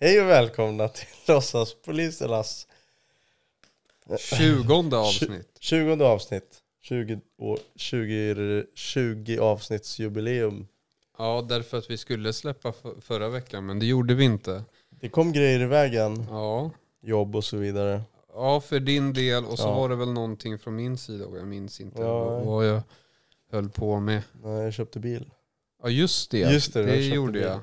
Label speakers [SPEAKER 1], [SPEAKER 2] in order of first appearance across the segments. [SPEAKER 1] Hej och välkomna till Låtsaspolisernas
[SPEAKER 2] 20 avsnitt.
[SPEAKER 1] 20 avsnitt. 20, år- 20, 20 avsnittsjubileum.
[SPEAKER 2] Ja, därför att vi skulle släppa f- förra veckan, men det gjorde vi inte.
[SPEAKER 1] Det kom grejer i vägen,
[SPEAKER 2] Ja,
[SPEAKER 1] jobb och så vidare.
[SPEAKER 2] ja för din del och så
[SPEAKER 1] Ja.
[SPEAKER 2] var det väl någonting från min sida och jag minns inte
[SPEAKER 1] Ja.
[SPEAKER 2] vad jag höll på med.
[SPEAKER 1] Nej, jag köpte bil.
[SPEAKER 2] Ja, just det.
[SPEAKER 1] Just det, jag köpte
[SPEAKER 2] gjorde
[SPEAKER 1] bil.
[SPEAKER 2] jag.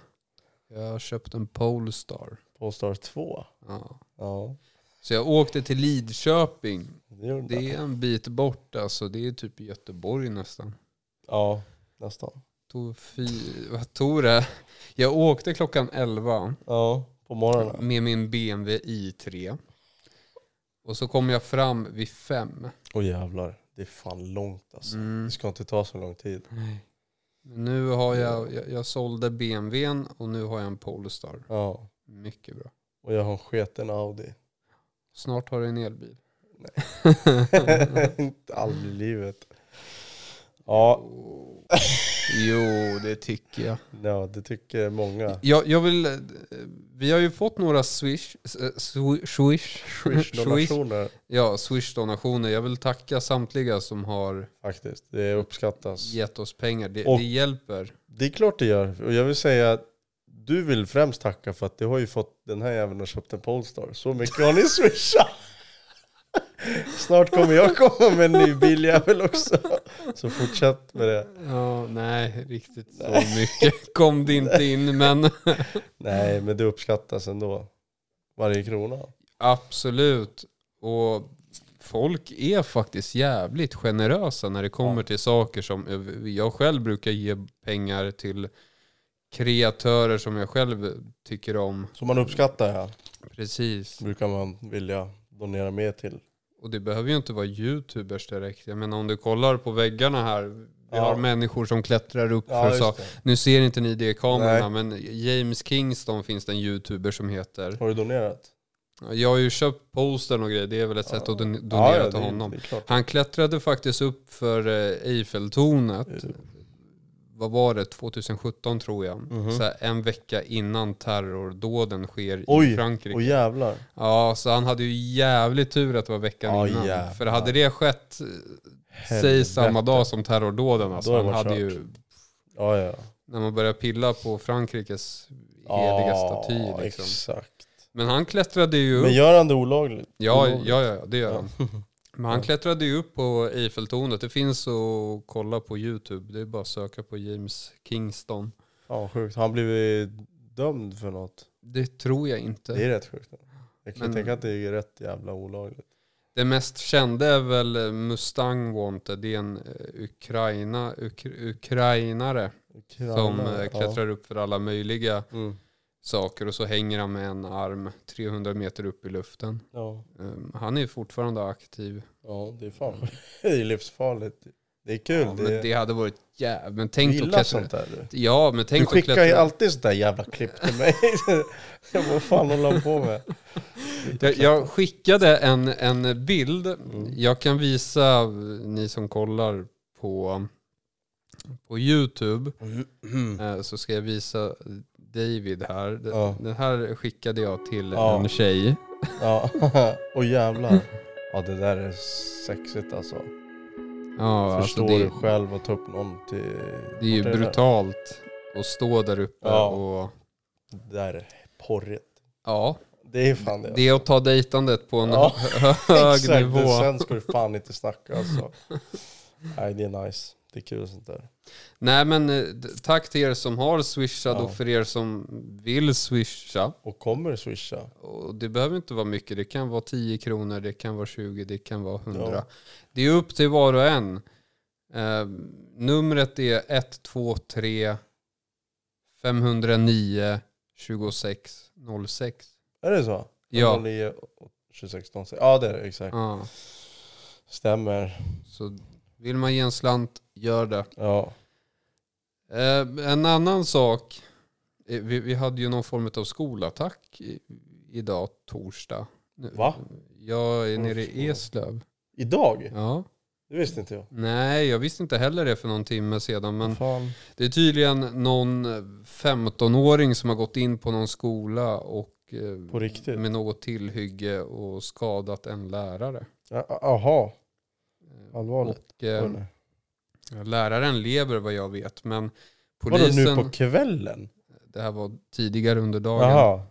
[SPEAKER 2] Jag köpte en Polestar.
[SPEAKER 1] Polestar 2.
[SPEAKER 2] Ja.
[SPEAKER 1] Ja,
[SPEAKER 2] Så jag åkte till Lidköping.
[SPEAKER 1] det gjorde
[SPEAKER 2] Det
[SPEAKER 1] det.
[SPEAKER 2] är en bit bort alltså. Det är typ i Göteborg nästan.
[SPEAKER 1] Ja, nästan.
[SPEAKER 2] Tog fy- Vad tog det? Jag åkte klockan 11.
[SPEAKER 1] Ja, på morgonen.
[SPEAKER 2] med min BMW i3. Och så kom jag fram vid fem.
[SPEAKER 1] Åh jävlar, det är fan långt alltså.
[SPEAKER 2] Mm.
[SPEAKER 1] Det ska inte ta så lång tid.
[SPEAKER 2] Men Nu har jag, jag, jag sålde BMWn och nu har jag en Polestar.
[SPEAKER 1] Ja,
[SPEAKER 2] Mycket bra.
[SPEAKER 1] och jag har en sketen Audi.
[SPEAKER 2] Snart har du en elbil.
[SPEAKER 1] inte aldrig i livet. Ja,
[SPEAKER 2] Jo. Jo, det tycker jag.
[SPEAKER 1] ja, det tycker många.
[SPEAKER 2] jag. Jag vill, eh, vi har ju fått några swish, eh, swi- swish,
[SPEAKER 1] Swish-donationer
[SPEAKER 2] ja, swish-donationer. Jag vill tacka samtliga som har
[SPEAKER 1] faktiskt. Det uppskattas.
[SPEAKER 2] gett oss pengar. Det,
[SPEAKER 1] Och-
[SPEAKER 2] det hjälper.
[SPEAKER 1] Det är klart det gör. Och jag vill säga att du vill främst tacka för att du har ju fått den här jäveln och köpt en Polestar. Så mycket har ni swishat. Snart kommer jag komma med en ny biljävel också. Så fortsätt med det.
[SPEAKER 2] Ja, nej, riktigt så mycket kom det inte in, men
[SPEAKER 1] Nej, men det uppskattas ändå. Varje krona.
[SPEAKER 2] absolut. Och folk är faktiskt jävligt generösa när det kommer till saker som jag själv brukar ge pengar till kreatörer som jag själv tycker om.
[SPEAKER 1] Som man uppskattar här
[SPEAKER 2] Precis.
[SPEAKER 1] brukar man vilja donera mer till.
[SPEAKER 2] Och det behöver ju inte vara youtubers direkt. Jag menar om du kollar på väggarna här. Vi
[SPEAKER 1] Ja.
[SPEAKER 2] har människor som klättrar upp
[SPEAKER 1] Ja,
[SPEAKER 2] för
[SPEAKER 1] just
[SPEAKER 2] saker.
[SPEAKER 1] det.
[SPEAKER 2] Nu ser inte ni det i kamerorna, men James Kingston finns det en youtuber som heter.
[SPEAKER 1] Har du donerat?
[SPEAKER 2] Jag har ju köpt postern och grejer, det är väl ett sätt att don-
[SPEAKER 1] Ja,
[SPEAKER 2] donera
[SPEAKER 1] ja,
[SPEAKER 2] till
[SPEAKER 1] det-
[SPEAKER 2] honom.
[SPEAKER 1] Det är klart.
[SPEAKER 2] Han klättrade faktiskt upp för eh, Eiffeltornet, vad var det, 2017 tror jag.
[SPEAKER 1] Mhm.
[SPEAKER 2] Så här, en vecka innan terrordåden sker i
[SPEAKER 1] Oj,
[SPEAKER 2] Frankrike.
[SPEAKER 1] och jävlar.
[SPEAKER 2] Ja, så han hade ju jävligt tur att det var veckan
[SPEAKER 1] Ja,
[SPEAKER 2] innan.
[SPEAKER 1] jävlar.
[SPEAKER 2] För hade det skett, eh, säg
[SPEAKER 1] Helvete.
[SPEAKER 2] samma dag som terrordåden, alltså,
[SPEAKER 1] Då är
[SPEAKER 2] han
[SPEAKER 1] det
[SPEAKER 2] hade
[SPEAKER 1] kört.
[SPEAKER 2] ju,
[SPEAKER 1] Ja, ja.
[SPEAKER 2] när man börjar pilla på Frankrikes heliga
[SPEAKER 1] Ja,
[SPEAKER 2] staty liksom.
[SPEAKER 1] exakt.
[SPEAKER 2] Men han klättrade ju upp.
[SPEAKER 1] Men gör han det olagligt?
[SPEAKER 2] Ja,
[SPEAKER 1] Olovligt.
[SPEAKER 2] ja, ja, det gör han. Men han klättrade ju upp på Eiffeltornet. Det finns att kolla på YouTube. Det är bara att söka på James Kingston.
[SPEAKER 1] Ja, sjukt. Han blev ju dömd för något.
[SPEAKER 2] Det tror jag inte.
[SPEAKER 1] Det är rätt sjukt. Jag kan
[SPEAKER 2] Men-
[SPEAKER 1] tänka att det är rätt jävla olagligt.
[SPEAKER 2] Det mest kända är väl eh, Mustang Wanted. Det är en eh, Ukraina, ukra- ukrainare som eh, klättrar upp för alla möjliga
[SPEAKER 1] Ja. Mm.
[SPEAKER 2] saker. Och så hänger han med en arm 300 meter upp i luften.
[SPEAKER 1] Ja.
[SPEAKER 2] Um, Han är fortfarande aktiv.
[SPEAKER 1] ja, det är fan sjukt. Det är livsfarligt. Det är kul.
[SPEAKER 2] Ja, men
[SPEAKER 1] det,
[SPEAKER 2] det hade varit jävligt... Men tänk att
[SPEAKER 1] gillar
[SPEAKER 2] klättra...
[SPEAKER 1] sånt där du.
[SPEAKER 2] Ja, men
[SPEAKER 1] Du
[SPEAKER 2] tänk att
[SPEAKER 1] skickar ju
[SPEAKER 2] klättra...
[SPEAKER 1] alltid sånt där jävla klipp till mig. jag bara, vad fan håller han på med?
[SPEAKER 2] Jag, jag skickade en, en bild.
[SPEAKER 1] Mm.
[SPEAKER 2] Jag kan visa eh, ni som kollar på, på YouTube. eh, Så ska jag visa David här. Den,
[SPEAKER 1] Ja.
[SPEAKER 2] den här skickade jag till
[SPEAKER 1] Ja.
[SPEAKER 2] en tjej.
[SPEAKER 1] Ja, och jävlar. Ja, det där är sexigt alltså.
[SPEAKER 2] Ja, alltså
[SPEAKER 1] Förstår
[SPEAKER 2] det,
[SPEAKER 1] du själv att ta upp någon till...
[SPEAKER 2] det är ju
[SPEAKER 1] Vart där?
[SPEAKER 2] brutalt att stå där uppe
[SPEAKER 1] Ja.
[SPEAKER 2] och...
[SPEAKER 1] Det där är porrigt.
[SPEAKER 2] Ja,
[SPEAKER 1] Det är fan det.
[SPEAKER 2] det är att ta dejtandet på en
[SPEAKER 1] Ja,
[SPEAKER 2] hö- hög
[SPEAKER 1] Exakt,
[SPEAKER 2] nivå.
[SPEAKER 1] och sen ska du fan inte snacka alltså. Nej, det är nice. Det är kul och sånt där.
[SPEAKER 2] Nej men eh, d- tack till er som har swishat
[SPEAKER 1] Ja.
[SPEAKER 2] och för er som vill swisha.
[SPEAKER 1] Och kommer du swisha?
[SPEAKER 2] Och det behöver inte vara mycket. Det kan vara 10 kronor, det kan vara 20, det kan vara 100.
[SPEAKER 1] Ja.
[SPEAKER 2] Det är upp till var och en. Eh, numret är 123 509 2606.
[SPEAKER 1] Är det så?
[SPEAKER 2] Ja.
[SPEAKER 1] 09 och 26 någon säger- Ja, det är det. Exakt.
[SPEAKER 2] Ja,
[SPEAKER 1] Stämmer.
[SPEAKER 2] så vill man ge en slant, gör det.
[SPEAKER 1] Ja.
[SPEAKER 2] Eh, en annan sak. Eh, Vi, vi hade ju någon form av skolattack i, idag, torsdag. Nu-
[SPEAKER 1] Va?
[SPEAKER 2] Jag är nere
[SPEAKER 1] Skola.
[SPEAKER 2] i Eslöv.
[SPEAKER 1] Idag?
[SPEAKER 2] Ja.
[SPEAKER 1] Det visste inte jag.
[SPEAKER 2] Nej, jag visste inte heller det för någon timme sedan. Men
[SPEAKER 1] Fan.
[SPEAKER 2] det är tydligen någon 15-åring som har gått in på någon skola och eh,
[SPEAKER 1] På riktigt?
[SPEAKER 2] med något tillhygge och skadat en lärare.
[SPEAKER 1] Ja, Jaha,
[SPEAKER 2] Eh,
[SPEAKER 1] allvarligt.
[SPEAKER 2] Och, eh,
[SPEAKER 1] Eller?
[SPEAKER 2] läraren lever vad jag vet, men
[SPEAKER 1] Vadå nu
[SPEAKER 2] polisen,
[SPEAKER 1] på kvällen?
[SPEAKER 2] det här var tidigare under dagen.
[SPEAKER 1] Jaha.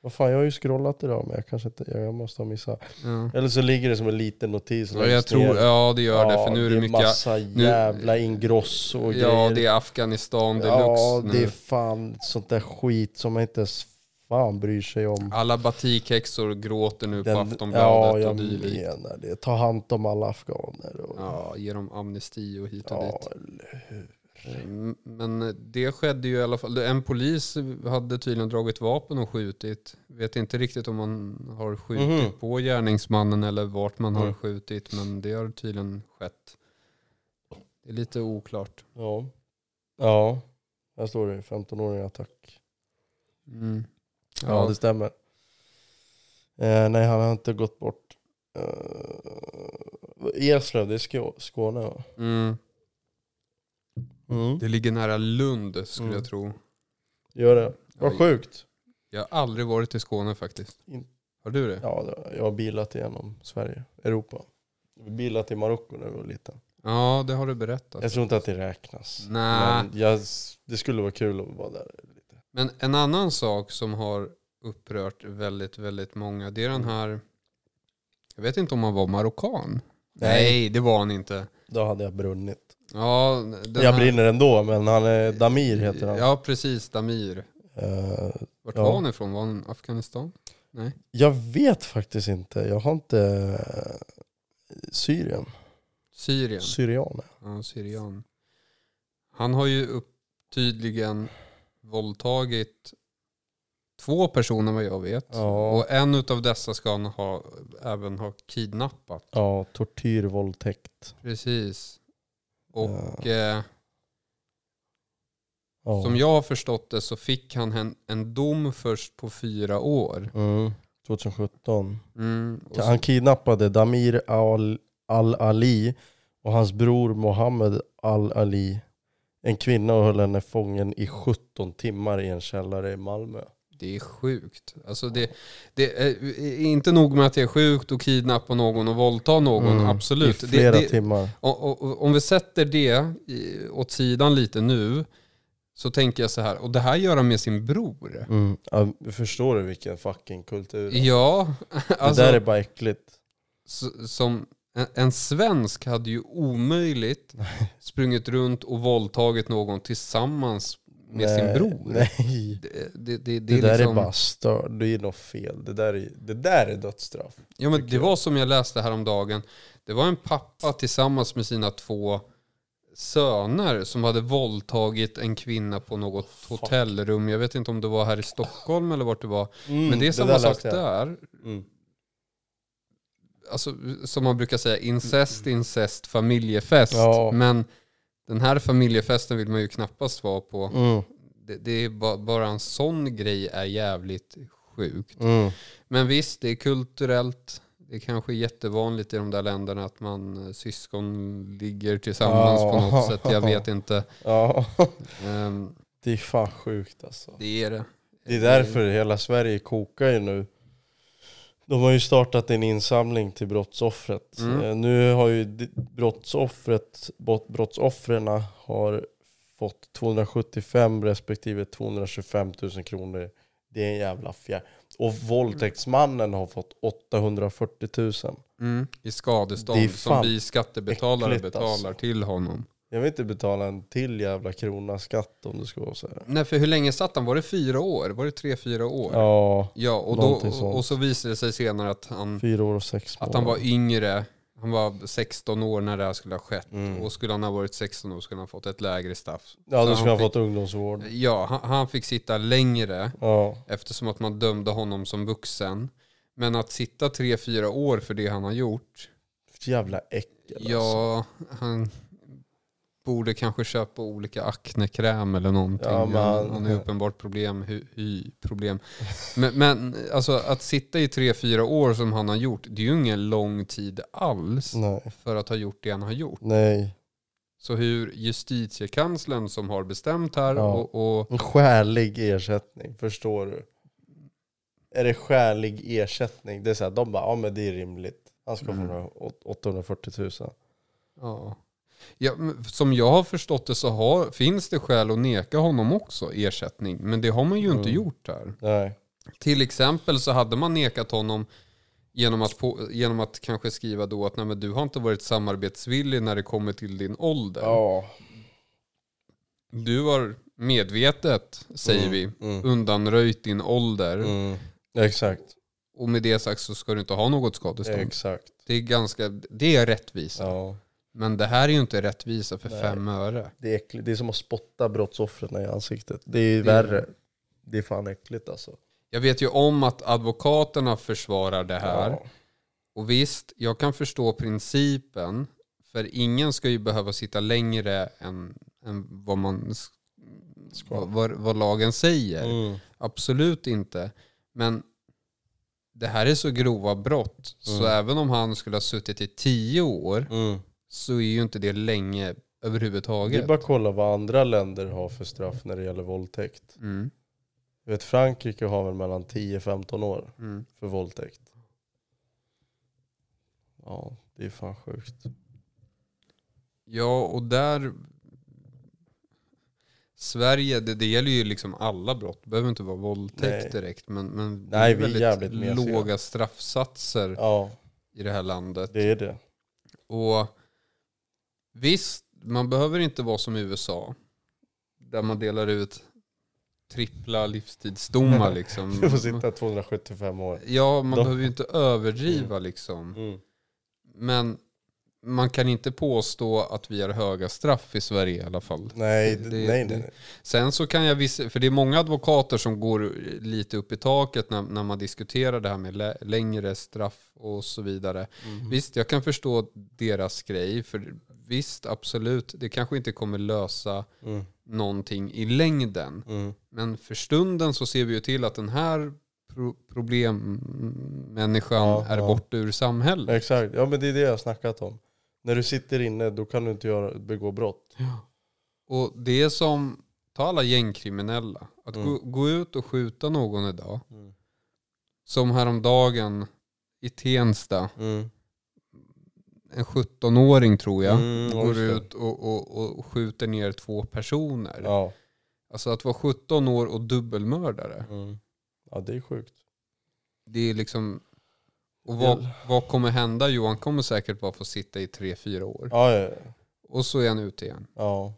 [SPEAKER 1] Vad fan, jag har ju scrollat idag men jag kanske inte, jag måste ha missat.
[SPEAKER 2] Ja.
[SPEAKER 1] Eller så ligger det som en liten notis
[SPEAKER 2] Ja, jag
[SPEAKER 1] längst
[SPEAKER 2] tror,
[SPEAKER 1] ner.
[SPEAKER 2] ja det gör det, för nu är det,
[SPEAKER 1] är
[SPEAKER 2] mycket,
[SPEAKER 1] massa jävla ingrosso och
[SPEAKER 2] ja
[SPEAKER 1] grejer.
[SPEAKER 2] det är Afghanistan
[SPEAKER 1] ja,
[SPEAKER 2] deluxe
[SPEAKER 1] det är
[SPEAKER 2] nu.
[SPEAKER 1] fan sånt där skit som man inte ens fan bryr sig om.
[SPEAKER 2] Alla batikhäxor gråter nu på
[SPEAKER 1] ja,
[SPEAKER 2] Aftonbladet
[SPEAKER 1] jag
[SPEAKER 2] och dylikt.
[SPEAKER 1] menar det. Ta hand om alla afghaner. Och,
[SPEAKER 2] Ja, ge dem amnesti och hit och
[SPEAKER 1] ja,
[SPEAKER 2] dit. Mm, Men det skedde ju i alla fall. En polis hade tydligen dragit vapen och skjutit. Vet inte riktigt om man har skjutit
[SPEAKER 1] Mhm.
[SPEAKER 2] på gärningsmannen eller vart man har
[SPEAKER 1] Mm.
[SPEAKER 2] skjutit. Men det har tydligen skett. Det är lite oklart.
[SPEAKER 1] ja. ja, här står det 15-åring i attack.
[SPEAKER 2] Mm.
[SPEAKER 1] Ja,
[SPEAKER 2] Ja,
[SPEAKER 1] det stämmer. Eh, nej, han har inte gått bort. Eh, Eslöv, det är Skå- Skåne va?
[SPEAKER 2] mm. det ligger nära Lund skulle
[SPEAKER 1] Mm.
[SPEAKER 2] jag tro.
[SPEAKER 1] Gör det.
[SPEAKER 2] Oj.
[SPEAKER 1] Vad sjukt.
[SPEAKER 2] Jag har aldrig varit i Skåne faktiskt.
[SPEAKER 1] In-
[SPEAKER 2] Har du det?
[SPEAKER 1] Ja, det- jag har bilat igenom Sverige, Europa. Jag har bilat i Marocko när jag var liten.
[SPEAKER 2] Ja, det har du berättat.
[SPEAKER 1] Jag tror inte att det räknas.
[SPEAKER 2] Nej.
[SPEAKER 1] Men jag, det skulle vara kul att vara där.
[SPEAKER 2] Men en annan sak som har upprört väldigt, väldigt många, det är den här, jag vet inte om han var marockan. Nej, det var han inte.
[SPEAKER 1] Då hade jag brunnit.
[SPEAKER 2] Ja, den
[SPEAKER 1] jag
[SPEAKER 2] här-
[SPEAKER 1] brinner ändå, men han är Damir heter han.
[SPEAKER 2] Ja, precis, Damir.
[SPEAKER 1] Eh,
[SPEAKER 2] Vart
[SPEAKER 1] Ja.
[SPEAKER 2] var han ifrån? Var han Afghanistan?
[SPEAKER 1] jag vet faktiskt inte. Jag har inte... eh, Syrien.
[SPEAKER 2] Syrien?
[SPEAKER 1] Syrian.
[SPEAKER 2] Ja, syrian. Han har ju upp, tydligen våldtagit två personer vad jag vet.
[SPEAKER 1] Ja,
[SPEAKER 2] Och en av dessa ska han ha, även ha kidnappat.
[SPEAKER 1] ja tortyr, våldtäkt.
[SPEAKER 2] Precis. Och...
[SPEAKER 1] Ja.
[SPEAKER 2] Eh,
[SPEAKER 1] Ja.
[SPEAKER 2] Som jag har förstått det så fick han en, en dom först på fyra år.
[SPEAKER 1] Mm, 2017.
[SPEAKER 2] Mm, och
[SPEAKER 1] Han
[SPEAKER 2] så,
[SPEAKER 1] kidnappade Damir Al- al-Ali och hans bror Mohammed al-Ali. En kvinna och höll henne fången i 17 timmar i en källare i Malmö.
[SPEAKER 2] det är sjukt. Alltså det, det är inte nog med att det är sjukt att kidnappa någon och våldta någon,
[SPEAKER 1] Mm,
[SPEAKER 2] absolut.
[SPEAKER 1] I flera
[SPEAKER 2] det, det,
[SPEAKER 1] timmar.
[SPEAKER 2] och, och, om vi sätter det i, åt sidan lite nu så tänker jag så här, och det här gör han med sin bror.
[SPEAKER 1] Mm. Ja, förstår du vilken fucking kultur?
[SPEAKER 2] Ja, alltså,
[SPEAKER 1] det där är bara äckligt.
[SPEAKER 2] s- som en, en svensk hade ju omöjligt sprungit runt och våldtagit någon tillsammans med sin
[SPEAKER 1] Nej,
[SPEAKER 2] bror.
[SPEAKER 1] Nej.
[SPEAKER 2] Det, det,
[SPEAKER 1] Det,
[SPEAKER 2] det, det, är
[SPEAKER 1] där
[SPEAKER 2] liksom,
[SPEAKER 1] är bara stört. Det är något fel. Det där är, det där är dödsstraff.
[SPEAKER 2] ja, men det var som jag läste häromdagen. Det var en pappa tillsammans med sina två söner som hade våldtagit en kvinna på något hotellrum. Jag vet inte om det var här i Stockholm eller vart det var. Men det är samma
[SPEAKER 1] Mm, där
[SPEAKER 2] sak
[SPEAKER 1] läste jag.
[SPEAKER 2] där.
[SPEAKER 1] Mm.
[SPEAKER 2] Alltså, som man brukar säga, incest, incest, familjefest.
[SPEAKER 1] Ja.
[SPEAKER 2] Men den här familjefesten vill man ju knappast vara på.
[SPEAKER 1] Mm.
[SPEAKER 2] Det, det är ba, bara en sån grej är jävligt sjukt.
[SPEAKER 1] Mm.
[SPEAKER 2] Men visst, det är kulturellt. Det är kanske är jättevanligt i de där länderna att man eh, syskon ligger tillsammans
[SPEAKER 1] Ja.
[SPEAKER 2] på något sätt. Jag vet inte.
[SPEAKER 1] Ja,
[SPEAKER 2] Ehm,
[SPEAKER 1] det är fan sjukt alltså.
[SPEAKER 2] det är det.
[SPEAKER 1] Det är därför hela Sverige kokar ju nu. De har ju startat en insamling till brottsoffret.
[SPEAKER 2] Mm.
[SPEAKER 1] Eh, Nu har ju di- brottsoffret, bot- brottsoffren har fått 275 respektive 225 000 kronor. Det är en jävla fjär. Och våldtäktsmannen har fått 840 000.
[SPEAKER 2] Mm, I skadestånd
[SPEAKER 1] Det är
[SPEAKER 2] som
[SPEAKER 1] fan
[SPEAKER 2] vi skattebetalare
[SPEAKER 1] äckligt,
[SPEAKER 2] betalar
[SPEAKER 1] alltså.
[SPEAKER 2] till honom.
[SPEAKER 1] Jag vill inte betala en till jävla krona skatt om det ska vara så här.
[SPEAKER 2] Nej, för hur länge satt han? Var det fyra år? Var det tre, fyra år?
[SPEAKER 1] Ja,
[SPEAKER 2] Ja, och,
[SPEAKER 1] Någonting
[SPEAKER 2] då,
[SPEAKER 1] sånt.
[SPEAKER 2] och så visade det sig senare att han,
[SPEAKER 1] fyra år och sex månader.
[SPEAKER 2] att han var yngre. Han var 16 år när det här skulle ha skett.
[SPEAKER 1] Mm.
[SPEAKER 2] Och skulle han ha varit 16 år skulle han ha fått ett lägre straff.
[SPEAKER 1] Ja,
[SPEAKER 2] Så
[SPEAKER 1] då skulle han
[SPEAKER 2] fick-
[SPEAKER 1] fått ungdomsvård.
[SPEAKER 2] Ja, han, han fick sitta längre
[SPEAKER 1] Ja.
[SPEAKER 2] eftersom att man dömde honom som vuxen. Men att sitta tre, fyra år för det han har gjort,
[SPEAKER 1] Jävla äckel alltså.
[SPEAKER 2] ja, han borde kanske köpa olika aknekräm eller någonting.
[SPEAKER 1] Ja, men
[SPEAKER 2] han,
[SPEAKER 1] han-
[SPEAKER 2] han har ju uppenbart problem, hy, hy, problem. Men, men alltså, att sitta i tre, fyra år som han har gjort, det är ju ingen lång tid alls
[SPEAKER 1] alltså. Nej.
[SPEAKER 2] för att ha gjort det han har gjort.
[SPEAKER 1] Nej.
[SPEAKER 2] Så hur justitiekanslern som har bestämt här
[SPEAKER 1] Ja.
[SPEAKER 2] och, och
[SPEAKER 1] En skälig ersättning, förstår du? är det skälig ersättning? Det är så här, de bara, ja men det är rimligt. Han ska
[SPEAKER 2] Mm.
[SPEAKER 1] få några åt- 840 000.
[SPEAKER 2] Ja. Ja, men som jag har förstått det så har, finns det skäl att neka honom också ersättning. Men det har man ju inte
[SPEAKER 1] Mm.
[SPEAKER 2] gjort här.
[SPEAKER 1] Nej.
[SPEAKER 2] Till exempel så hade man nekat honom genom att, på, genom att kanske skriva då att Nej, men du har inte varit samarbetsvillig när det kommer till din ålder.
[SPEAKER 1] Ja.
[SPEAKER 2] Du har medvetet, säger vi,
[SPEAKER 1] Mm.
[SPEAKER 2] undanröjt din ålder.
[SPEAKER 1] Mm. Exakt.
[SPEAKER 2] Och med det sagt så ska du inte ha något skadestånd.
[SPEAKER 1] Exakt.
[SPEAKER 2] Det är ganska, det är rättvisa.
[SPEAKER 1] Ja.
[SPEAKER 2] Men det här är ju inte rättvisa för
[SPEAKER 1] Nej.
[SPEAKER 2] fem öre.
[SPEAKER 1] Det är, äckligt. det är som att spotta brottsoffren i ansiktet. Det är värre. Det är fan äckligt alltså.
[SPEAKER 2] Jag vet ju om att advokaterna försvarar det här.
[SPEAKER 1] Ja.
[SPEAKER 2] Och visst, jag kan förstå principen. För ingen ska ju behöva sitta längre än, än vad, man, s- vad, vad, vad lagen säger.
[SPEAKER 1] Mm.
[SPEAKER 2] Absolut inte. Men det här är så grova brott. Så även om han skulle ha suttit i tio år
[SPEAKER 1] Mm.
[SPEAKER 2] så är ju inte det länge
[SPEAKER 1] Det är
[SPEAKER 2] överhuvudtaget.
[SPEAKER 1] bara att kolla vad andra länder har för straff när det gäller våldtäkt.
[SPEAKER 2] Mm,
[SPEAKER 1] Jag vet, Frankrike har väl mellan 10-15 år
[SPEAKER 2] mm.
[SPEAKER 1] för våldtäkt. Ja, det är fan sjukt.
[SPEAKER 2] Ja, och där... Sverige, det, det gäller ju liksom alla brott. Det behöver inte vara våldtäkt
[SPEAKER 1] Nej.
[SPEAKER 2] direkt. Men, men det
[SPEAKER 1] Nej,
[SPEAKER 2] är
[SPEAKER 1] vi är
[SPEAKER 2] väldigt
[SPEAKER 1] jävligt mesiga.
[SPEAKER 2] låga straffsatser
[SPEAKER 1] Ja,
[SPEAKER 2] i det här landet.
[SPEAKER 1] det är det.
[SPEAKER 2] Och visst, man behöver inte vara som i USA. Där man delar ut trippla livstidsdomar liksom.
[SPEAKER 1] Du får sitta 275 år.
[SPEAKER 2] Ja, man
[SPEAKER 1] De-
[SPEAKER 2] behöver ju inte överdriva liksom.
[SPEAKER 1] Mm.
[SPEAKER 2] Men man kan inte påstå att vi har höga straff i Sverige i alla fall.
[SPEAKER 1] Nej, det,
[SPEAKER 2] Det-
[SPEAKER 1] nej,
[SPEAKER 2] det-
[SPEAKER 1] nej, nej.
[SPEAKER 2] Sen så kan jag visst, för det är många advokater som går lite upp i taket när, när man diskuterar det här med lä- längre straff och så vidare.
[SPEAKER 1] Mm.
[SPEAKER 2] Visst, jag kan förstå deras grej, för visst, absolut, det kanske inte kommer lösa
[SPEAKER 1] Mm.
[SPEAKER 2] någonting i längden.
[SPEAKER 1] Mm.
[SPEAKER 2] Men för stunden så ser vi ju till att den här pro- problemmänniskan
[SPEAKER 1] Ja,
[SPEAKER 2] är
[SPEAKER 1] ja.
[SPEAKER 2] borta ur samhället.
[SPEAKER 1] Exakt, ja men det är det jag har snackat om. När du sitter inne då kan du inte göra, begå brott.
[SPEAKER 2] Och det är som, ta alla gängkriminella. Att gå, gå ut och skjuta någon idag.
[SPEAKER 1] Mm.
[SPEAKER 2] Som häromdagen i Tensta,
[SPEAKER 1] Mm.
[SPEAKER 2] en 17-åring tror jag,
[SPEAKER 1] Mm, ja, just
[SPEAKER 2] går
[SPEAKER 1] det.
[SPEAKER 2] ut och, och, och skjuter ner två personer.
[SPEAKER 1] Ja.
[SPEAKER 2] Alltså att vara 17 år och dubbelmördare.
[SPEAKER 1] Mm. ja, det är sjukt.
[SPEAKER 2] Det är liksom, och vad, vad kommer hända? Johan kommer säkert bara få sitta i 3-4 år.
[SPEAKER 1] Ja, ja, ja.
[SPEAKER 2] Och så är han ute igen.
[SPEAKER 1] ja.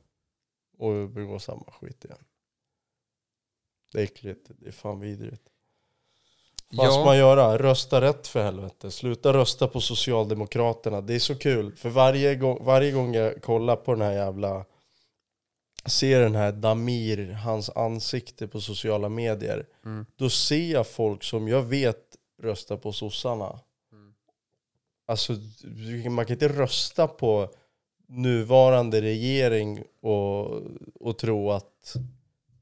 [SPEAKER 1] Och begå samma skit igen. Det är äckligt, det är fan vidrigt. Vad ska man
[SPEAKER 2] Ja,
[SPEAKER 1] göra? Rösta rätt för helvete. Sluta rösta på Socialdemokraterna. Det är så kul. För varje gång, varje gång jag kollar på den här jävla... Ser den här Damir, hans ansikte på sociala medier.
[SPEAKER 2] mm,
[SPEAKER 1] då ser jag folk som jag vet röstar på sossarna.
[SPEAKER 2] Mm.
[SPEAKER 1] Alltså, du- man kan inte rösta på nuvarande regering och, och tro att...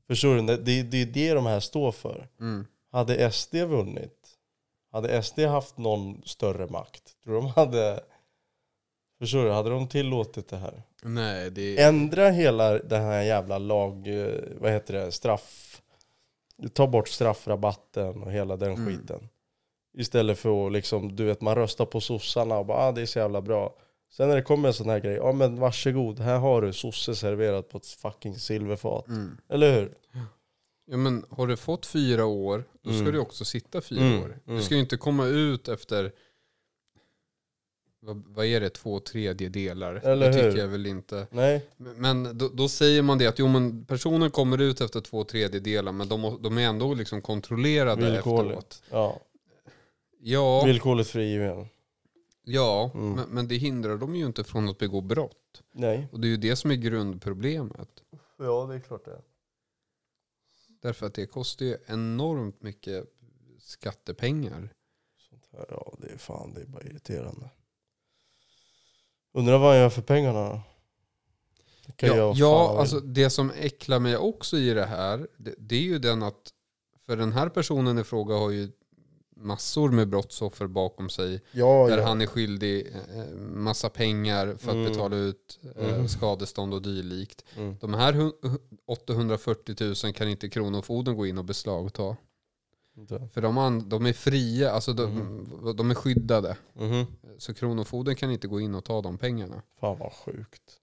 [SPEAKER 1] Förstår du? Det, det är det de här står för.
[SPEAKER 2] mm.
[SPEAKER 1] Hade SD vunnit, hade SD haft någon större makt, tror du de hade... Förstår du? Hade de tillåtit det här?
[SPEAKER 2] Nej, det är...
[SPEAKER 1] Ändra hela den här jävla lag... eh, Vad heter det? Straff... Ta bort straffrabatten och hela den
[SPEAKER 2] Mm.
[SPEAKER 1] skiten. Istället för att liksom, du vet, man röstar på sossarna och bara ah, det är så jävla bra. Sen när det kommer en sån här grej, ja ah, men varsågod, här har du sosse serverat på ett fucking silverfat.
[SPEAKER 2] Mm.
[SPEAKER 1] Eller hur?
[SPEAKER 2] Ja, men har du fått fyra år, då ska
[SPEAKER 1] Mm.
[SPEAKER 2] du också sitta fyra
[SPEAKER 1] Mm,
[SPEAKER 2] år. Du
[SPEAKER 1] mm.
[SPEAKER 2] ska ju inte komma ut efter, vad, vad är det, två tredjedelar?
[SPEAKER 1] Eller
[SPEAKER 2] det tycker
[SPEAKER 1] hur?
[SPEAKER 2] jag väl inte.
[SPEAKER 1] Nej,
[SPEAKER 2] Men- Men då, då säger man det att jo, men personen kommer ut efter två tredjedelar, men de, må- de är ändå liksom kontrollerade
[SPEAKER 1] Villkorligt.
[SPEAKER 2] efteråt.
[SPEAKER 1] ja.
[SPEAKER 2] Ja,
[SPEAKER 1] Villkorligt frigiven.
[SPEAKER 2] ja
[SPEAKER 1] Mm.
[SPEAKER 2] men, men det hindrar dem ju inte från att begå brott.
[SPEAKER 1] Nej.
[SPEAKER 2] Och det är ju det som är grundproblemet.
[SPEAKER 1] Ja, det är klart det.
[SPEAKER 2] Därför att det kostar ju enormt mycket skattepengar.
[SPEAKER 1] Sånt här, ja det är fan, det är bara irriterande. Undrar vad han gör för pengarna då? Det kan jag
[SPEAKER 2] Ja,
[SPEAKER 1] fan
[SPEAKER 2] ja
[SPEAKER 1] vill.
[SPEAKER 2] alltså det som äcklar mig också i det här, det, det är ju den att, för den här personen i fråga har ju massor med brottsoffer bakom sig,
[SPEAKER 1] ja,
[SPEAKER 2] där
[SPEAKER 1] ja.
[SPEAKER 2] han är skyldig eh, massa pengar för att
[SPEAKER 1] Mm.
[SPEAKER 2] betala ut eh,
[SPEAKER 1] Mm.
[SPEAKER 2] skadestånd och dylikt.
[SPEAKER 1] Mm.
[SPEAKER 2] De här hun- 840 000 kan inte Kronofogden gå in och beslagta.
[SPEAKER 1] Inte.
[SPEAKER 2] För de, an, de är fria, alltså de,
[SPEAKER 1] Mm.
[SPEAKER 2] de är skyddade.
[SPEAKER 1] Mhm.
[SPEAKER 2] Så Kronofogden kan inte gå in och ta de pengarna.
[SPEAKER 1] Fan vad sjukt.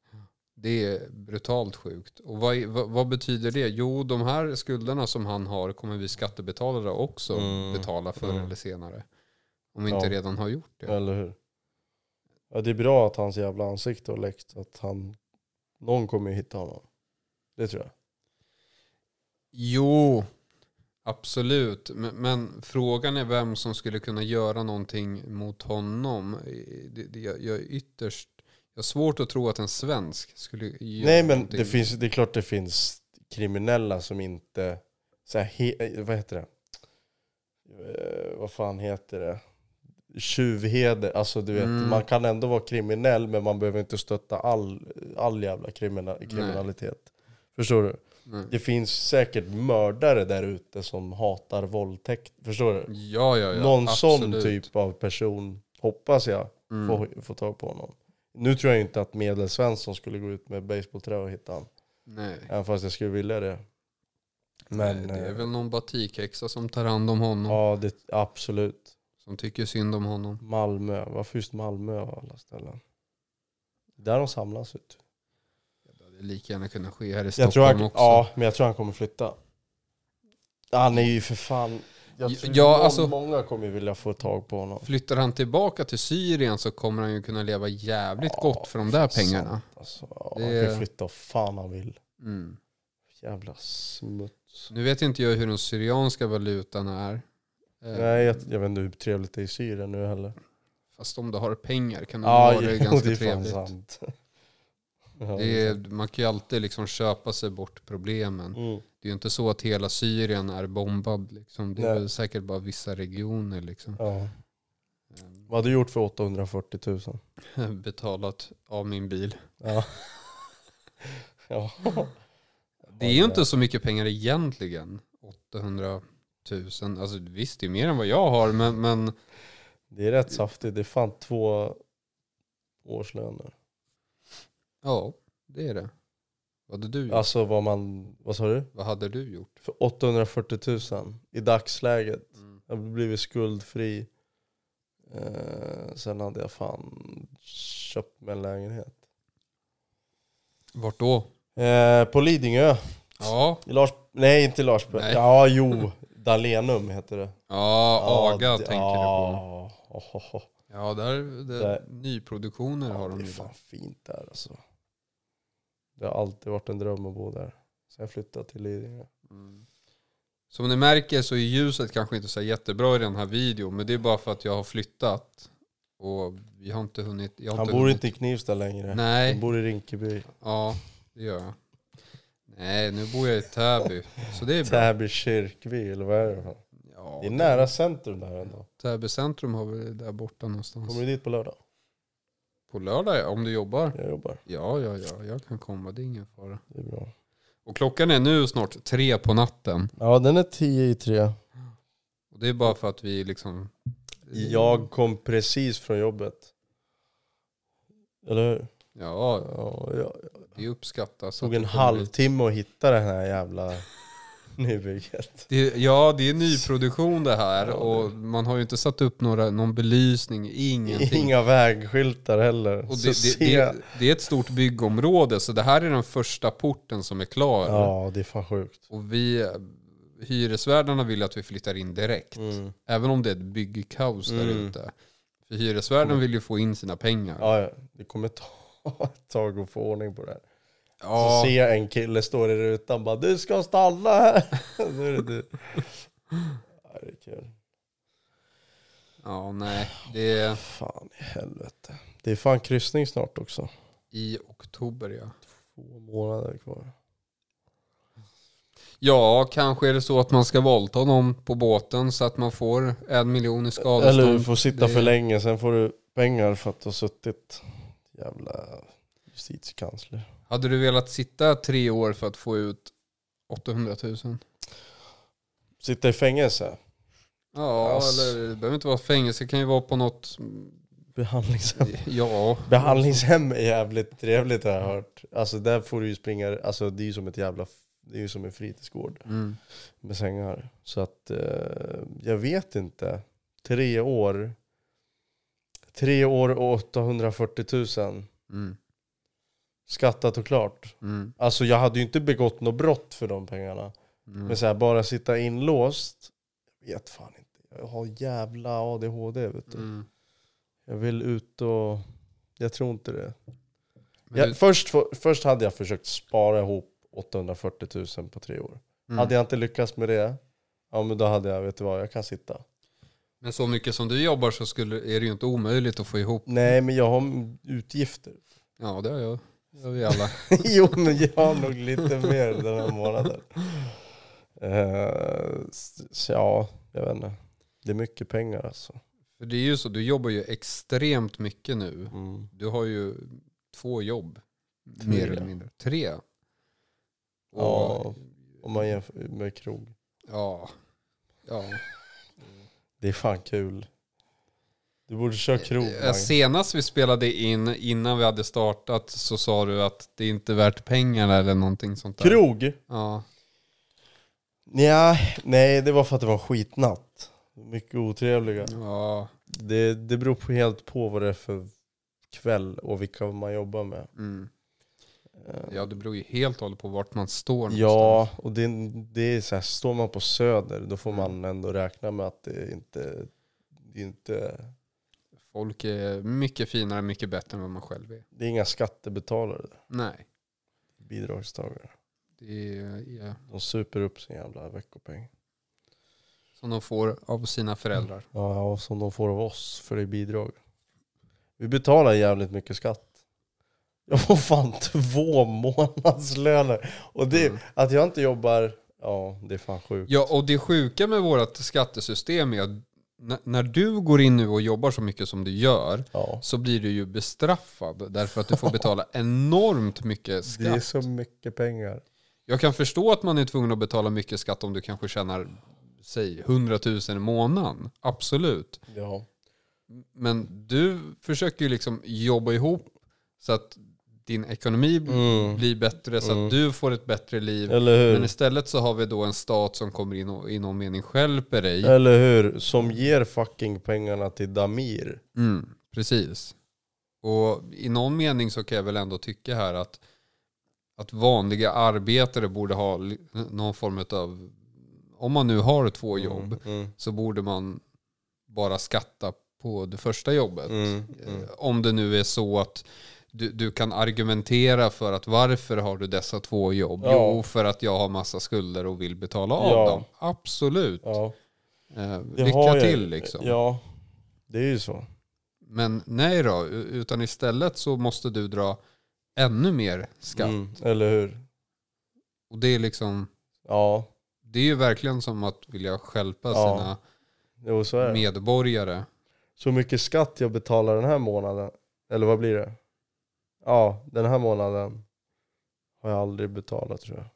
[SPEAKER 2] Det är brutalt sjukt. Och vad, är- vad, vad betyder det? Jo, de här skulderna som han har kommer vi skattebetalare också
[SPEAKER 1] Mm.
[SPEAKER 2] betala förr
[SPEAKER 1] Mm.
[SPEAKER 2] eller senare. Om vi inte
[SPEAKER 1] Ja.
[SPEAKER 2] redan har gjort det.
[SPEAKER 1] Eller hur? Ja, det är bra att hans jävla ansikte har läckt. Att han... Någon kommer ju hitta honom. Det tror jag.
[SPEAKER 2] Jo, absolut. Men, men frågan är vem som skulle kunna göra någonting mot honom. Det, det, jag, jag är ytterst... Jag har svårt att tro att en svensk skulle göra
[SPEAKER 1] Nej men
[SPEAKER 2] någonting.
[SPEAKER 1] det, finns, det är klart det finns kriminella som inte... Så här, he, vad heter det? Eh, vad fan heter det? Tjuvheder. Alltså du vet,
[SPEAKER 2] Mm.
[SPEAKER 1] man kan ändå vara kriminell men man behöver inte stötta all, all jävla krimina, kriminalitet. Förstår du?
[SPEAKER 2] Nej.
[SPEAKER 1] Det finns säkert mördare där ute som hatar våldtäkt. Förstår du?
[SPEAKER 2] Ja, ja, ja.
[SPEAKER 1] Någon sån
[SPEAKER 2] absolut.
[SPEAKER 1] typ av person hoppas jag
[SPEAKER 2] Mm.
[SPEAKER 1] får, får tag på honom. Nu tror jag inte att Medelsvensson skulle gå ut med basebollträ och hitta honom.
[SPEAKER 2] Nej.
[SPEAKER 1] Även fast jag skulle vilja det. Men
[SPEAKER 2] Men, det är
[SPEAKER 1] eh,
[SPEAKER 2] väl någon batikhäxa som tar hand om honom.
[SPEAKER 1] ja, det, absolut.
[SPEAKER 2] Som tycker synd om honom.
[SPEAKER 1] Malmö. Varför just Malmö av alla ställen? Där de samlas ut.
[SPEAKER 2] Det hade lika gärna kunnat ske här i
[SPEAKER 1] Jag
[SPEAKER 2] Stockholm
[SPEAKER 1] tror han,
[SPEAKER 2] också.
[SPEAKER 1] ja, men jag tror han kommer flytta. Han är ju för fan... Jag
[SPEAKER 2] Ja,
[SPEAKER 1] tror
[SPEAKER 2] ja,
[SPEAKER 1] någon-
[SPEAKER 2] alltså-
[SPEAKER 1] många kommer ju vilja få tag på honom.
[SPEAKER 2] Flyttar han tillbaka till Syrien så kommer han ju kunna leva jävligt
[SPEAKER 1] Ja,
[SPEAKER 2] gott för de där
[SPEAKER 1] sant.
[SPEAKER 2] pengarna.
[SPEAKER 1] Alltså, ja,
[SPEAKER 2] Det-
[SPEAKER 1] Han kan flytta och fan han vill.
[SPEAKER 2] Mm.
[SPEAKER 1] Jävla smuts.
[SPEAKER 2] Nu vet inte jag hur den syrianska valutan är. Eh,
[SPEAKER 1] Nej, jag, jag vet inte hur trevligt det är i Syrien nu heller.
[SPEAKER 2] Fast om du har pengar kan du
[SPEAKER 1] Ja,
[SPEAKER 2] ha det
[SPEAKER 1] jo,
[SPEAKER 2] ganska
[SPEAKER 1] det är fan
[SPEAKER 2] trevligt.
[SPEAKER 1] sant. Ja,
[SPEAKER 2] Det
[SPEAKER 1] sant.
[SPEAKER 2] är, man kan ju alltid liksom köpa sig bort problemen.
[SPEAKER 1] Mm.
[SPEAKER 2] Det är ju inte så att hela Syrien är bombad. Liksom. Det är
[SPEAKER 1] Nej.
[SPEAKER 2] väl säkert bara vissa regioner. Liksom.
[SPEAKER 1] Ja. Vad hade du gjort för 840 000?
[SPEAKER 2] Eh, Betalat av min bil.
[SPEAKER 1] Ja. ja.
[SPEAKER 2] Det är ju inte så mycket pengar egentligen. 800 000. Alltså visst, det är mer än vad jag har. Men, men
[SPEAKER 1] Det är rätt saftigt. Det är fan två årslöner.
[SPEAKER 2] ja, det är det. Vad hade du gjort?
[SPEAKER 1] Alltså vad man, vad sa du?
[SPEAKER 2] Vad hade du gjort?
[SPEAKER 1] För 840 000 i dagsläget. Jag har blivit skuldfri. Eh, sen hade jag fan köpt mig en lägenhet.
[SPEAKER 2] Vart då?
[SPEAKER 1] Eh, på Lidingö.
[SPEAKER 2] Ja,
[SPEAKER 1] I Lars, nej, inte Lars.
[SPEAKER 2] Nej.
[SPEAKER 1] Ja, jo. Dalenum heter det.
[SPEAKER 2] ja Aga tänker du på.
[SPEAKER 1] ja, Oh, du på.
[SPEAKER 2] Ja, där, där,
[SPEAKER 1] Där.
[SPEAKER 2] nyproduktioner har de
[SPEAKER 1] det är
[SPEAKER 2] ju.
[SPEAKER 1] fan
[SPEAKER 2] där.
[SPEAKER 1] fint där alltså. Det har alltid varit en dröm att bo där. Sen jag flyttade till Lidingö.
[SPEAKER 2] Mm. Som ni märker så är ljuset kanske inte så jättebra i den här videon. Men det är bara för att jag har flyttat. Och vi har inte hunnit. Jag har
[SPEAKER 1] Han
[SPEAKER 2] inte
[SPEAKER 1] bor
[SPEAKER 2] hunnit-
[SPEAKER 1] inte i Knivsta längre.
[SPEAKER 2] Nej.
[SPEAKER 1] Han bor i Rinkeby.
[SPEAKER 2] Ja, det gör jag. Nej, nu bor jag i Täby. Så det är bra.
[SPEAKER 1] Täby kyrkby, eller vad är det? för något?
[SPEAKER 2] Ja,
[SPEAKER 1] Det är nära centrum där ändå.
[SPEAKER 2] Täby centrum har vi där borta
[SPEAKER 1] Kommer
[SPEAKER 2] någonstans.
[SPEAKER 1] du dit på lördag?
[SPEAKER 2] På lördag ja, om du jobbar.
[SPEAKER 1] Jag jobbar.
[SPEAKER 2] Ja, ja, ja, jag kan komma. Det är ingen fara.
[SPEAKER 1] Det är bra.
[SPEAKER 2] Och klockan är nu snart tre på natten.
[SPEAKER 1] Ja, den är tio i tre.
[SPEAKER 2] Och det är bara för att vi liksom...
[SPEAKER 1] Jag kom precis från jobbet. Eller hur?
[SPEAKER 2] Ja,
[SPEAKER 1] Ja, jag
[SPEAKER 2] det uppskattas.
[SPEAKER 1] tog
[SPEAKER 2] att
[SPEAKER 1] en
[SPEAKER 2] det kommer hit.
[SPEAKER 1] halvtimme att hitta det här jävla nybygget.
[SPEAKER 2] Det, ja, det är nyproduktion det här.
[SPEAKER 1] Ja, det-
[SPEAKER 2] Och man har ju inte satt upp några, någon belysning, ingenting.
[SPEAKER 1] Inga vägskyltar heller.
[SPEAKER 2] Och
[SPEAKER 1] Så
[SPEAKER 2] det, det,
[SPEAKER 1] se-
[SPEAKER 2] det, det är ett stort byggområde, så det här är den första porten som är klar.
[SPEAKER 1] Ja, det är fan sjukt.
[SPEAKER 2] Och vi, hyresvärdarna vill att vi flyttar in direkt. Även om det är ett byggkaos där
[SPEAKER 1] Mm.
[SPEAKER 2] ute. För hyresvärden vill ju få in sina pengar.
[SPEAKER 1] Ja, ja, det kommer ta ett tag att få ordning på det här.
[SPEAKER 2] Ja,
[SPEAKER 1] Så ser jag en kille stå i rutan bara du ska stanna här. Då är det du. Ja, det är kul.
[SPEAKER 2] ja nej. Det är
[SPEAKER 1] Fan i helvete. Det är fan kryssning snart också.
[SPEAKER 2] i oktober ja.
[SPEAKER 1] Två månader kvar.
[SPEAKER 2] Ja, kanske är det så att man ska våldta någon på båten så att man får en miljon i skadestånd.
[SPEAKER 1] Eller du får sitta
[SPEAKER 2] Det-
[SPEAKER 1] för länge, sen får du pengar för att du har suttit. Jävla justitiekansler.
[SPEAKER 2] Hade du velat sitta tre år för att få ut 800 000? Ja,
[SPEAKER 1] Sitta i fängelse. Ass.
[SPEAKER 2] eller det behöver inte vara fängelse. Det kan ju vara på något... mm,
[SPEAKER 1] Behandlingshem.
[SPEAKER 2] Ja.
[SPEAKER 1] Behandlingshem är jävligt trevligt har jag hört. Alltså där får du ju springa, alltså det är ju som ett jävla, Det är ju som en fritidsgård
[SPEAKER 2] Mm.
[SPEAKER 1] med sängar. Så att eh, jag vet inte. Tre år. Tre år och 840 000.
[SPEAKER 2] Mm.
[SPEAKER 1] Skattat och klart.
[SPEAKER 2] Mm.
[SPEAKER 1] Alltså jag hade ju inte begått något brott för de pengarna.
[SPEAKER 2] Mm.
[SPEAKER 1] Men så här, bara sitta inlåst. Jag vet fan inte. Jag har jävla ADHD vet du.
[SPEAKER 2] Mm.
[SPEAKER 1] Jag vill ut och... Jag tror inte det.
[SPEAKER 2] Men
[SPEAKER 1] jag,
[SPEAKER 2] du-
[SPEAKER 1] först, få- först hade jag försökt spara ihop 840 000 på tre år.
[SPEAKER 2] mm.
[SPEAKER 1] Hade jag inte lyckats med det, ja men då hade jag, vet du vad, jag kan sitta.
[SPEAKER 2] Men så mycket som du jobbar så skulle, är det ju inte omöjligt att få ihop.
[SPEAKER 1] Nej men jag har m- utgifter.
[SPEAKER 2] Ja, det har jag. Det har vi alla.
[SPEAKER 1] jo men jag har nog lite mer den här månaden. Eh, s- så ja, jag vet inte. Det är mycket pengar alltså.
[SPEAKER 2] För det är ju så, du jobbar ju extremt mycket nu.
[SPEAKER 1] Mm.
[SPEAKER 2] Du har ju två jobb.
[SPEAKER 1] Tre.
[SPEAKER 2] Mer eller mindre. Tre. Och,
[SPEAKER 1] Ja. Om man jämför med krog.
[SPEAKER 2] Ja. ja.
[SPEAKER 1] Det är fan kul. Du borde köra krog.
[SPEAKER 2] Eh,
[SPEAKER 1] Mange.
[SPEAKER 2] Senast vi spelade in, innan vi hade startat, så sa du att det inte är värt pengarna eller någonting sånt där.
[SPEAKER 1] Krog?
[SPEAKER 2] Ja.
[SPEAKER 1] Nja, nej det var för att det var en skitnatt. Mycket otrevliga.
[SPEAKER 2] ja.
[SPEAKER 1] Det, det beror på helt på vad det är för kväll och vilka man jobbar med.
[SPEAKER 2] Mm.
[SPEAKER 1] Eh,
[SPEAKER 2] Ja, det beror ju helt och hållet på vart man står
[SPEAKER 1] ja, och det, det är så här, står man på söder då får man ändå räkna med att det inte... Det är, inte,
[SPEAKER 2] Folk är mycket finare, mycket bättre än vad man själv är.
[SPEAKER 1] det är inga skattebetalare,
[SPEAKER 2] Nej,
[SPEAKER 1] bidragstagare.
[SPEAKER 2] det är
[SPEAKER 1] De super upp sin jävla veckopeng.
[SPEAKER 2] som de får av sina föräldrar.
[SPEAKER 1] Ja, och som de får av oss för det är bidrag. Vi betalar jävligt mycket skatt. Jag får fan två månadslöner. Och det,
[SPEAKER 2] Mm.
[SPEAKER 1] att jag inte jobbar, ja det är fan sjukt.
[SPEAKER 2] Ja, och det sjuka med vårt skattesystem är att n- när du går in nu och jobbar så mycket som du gör
[SPEAKER 1] Ja.
[SPEAKER 2] så blir du ju bestraffad därför att du får betala enormt mycket
[SPEAKER 1] Det är
[SPEAKER 2] skatt.
[SPEAKER 1] så mycket pengar.
[SPEAKER 2] Jag kan förstå att man är tvungen att betala mycket skatt om du kanske tjänar, säg 100 000 i månaden. Absolut.
[SPEAKER 1] Ja.
[SPEAKER 2] Men du försöker ju liksom jobba ihop så att din ekonomi bl-
[SPEAKER 1] Mm.
[SPEAKER 2] blir bättre, så
[SPEAKER 1] Mm.
[SPEAKER 2] att du får ett bättre liv.
[SPEAKER 1] Eller
[SPEAKER 2] Men
[SPEAKER 1] hur?
[SPEAKER 2] istället så har vi då en stat som kommer in och i någon mening stjälper dig.
[SPEAKER 1] Eller hur? Som ger fucking pengarna till Damir.
[SPEAKER 2] Mm, precis. Och i någon mening så kan jag väl ändå tycka här att, att vanliga arbetare borde ha li- någon form av, om man nu har två jobb,
[SPEAKER 1] Mm.
[SPEAKER 2] så borde man bara skatta på det första jobbet.
[SPEAKER 1] Mm.
[SPEAKER 2] Eh, Om det nu är så att du, du kan argumentera för att varför har du dessa två jobb?
[SPEAKER 1] Ja.
[SPEAKER 2] Jo, för att jag har massa skulder och vill betala av
[SPEAKER 1] Ja.
[SPEAKER 2] dem. Absolut.
[SPEAKER 1] Ja.
[SPEAKER 2] Eh,
[SPEAKER 1] Det
[SPEAKER 2] lycka
[SPEAKER 1] har jag-
[SPEAKER 2] till liksom.
[SPEAKER 1] Ja, det är ju så.
[SPEAKER 2] Men nej då, u- utan istället så måste du dra ännu mer skatt.
[SPEAKER 1] Mm. Eller hur?
[SPEAKER 2] Och det är liksom,
[SPEAKER 1] Ja,
[SPEAKER 2] det är ju verkligen som att vilja stjälpa
[SPEAKER 1] Ja,
[SPEAKER 2] sina
[SPEAKER 1] jo, så är det.
[SPEAKER 2] medborgare.
[SPEAKER 1] så mycket skatt jag betalar den här månaden, eller vad blir det? Ja, den här månaden har jag aldrig betalat tror jag.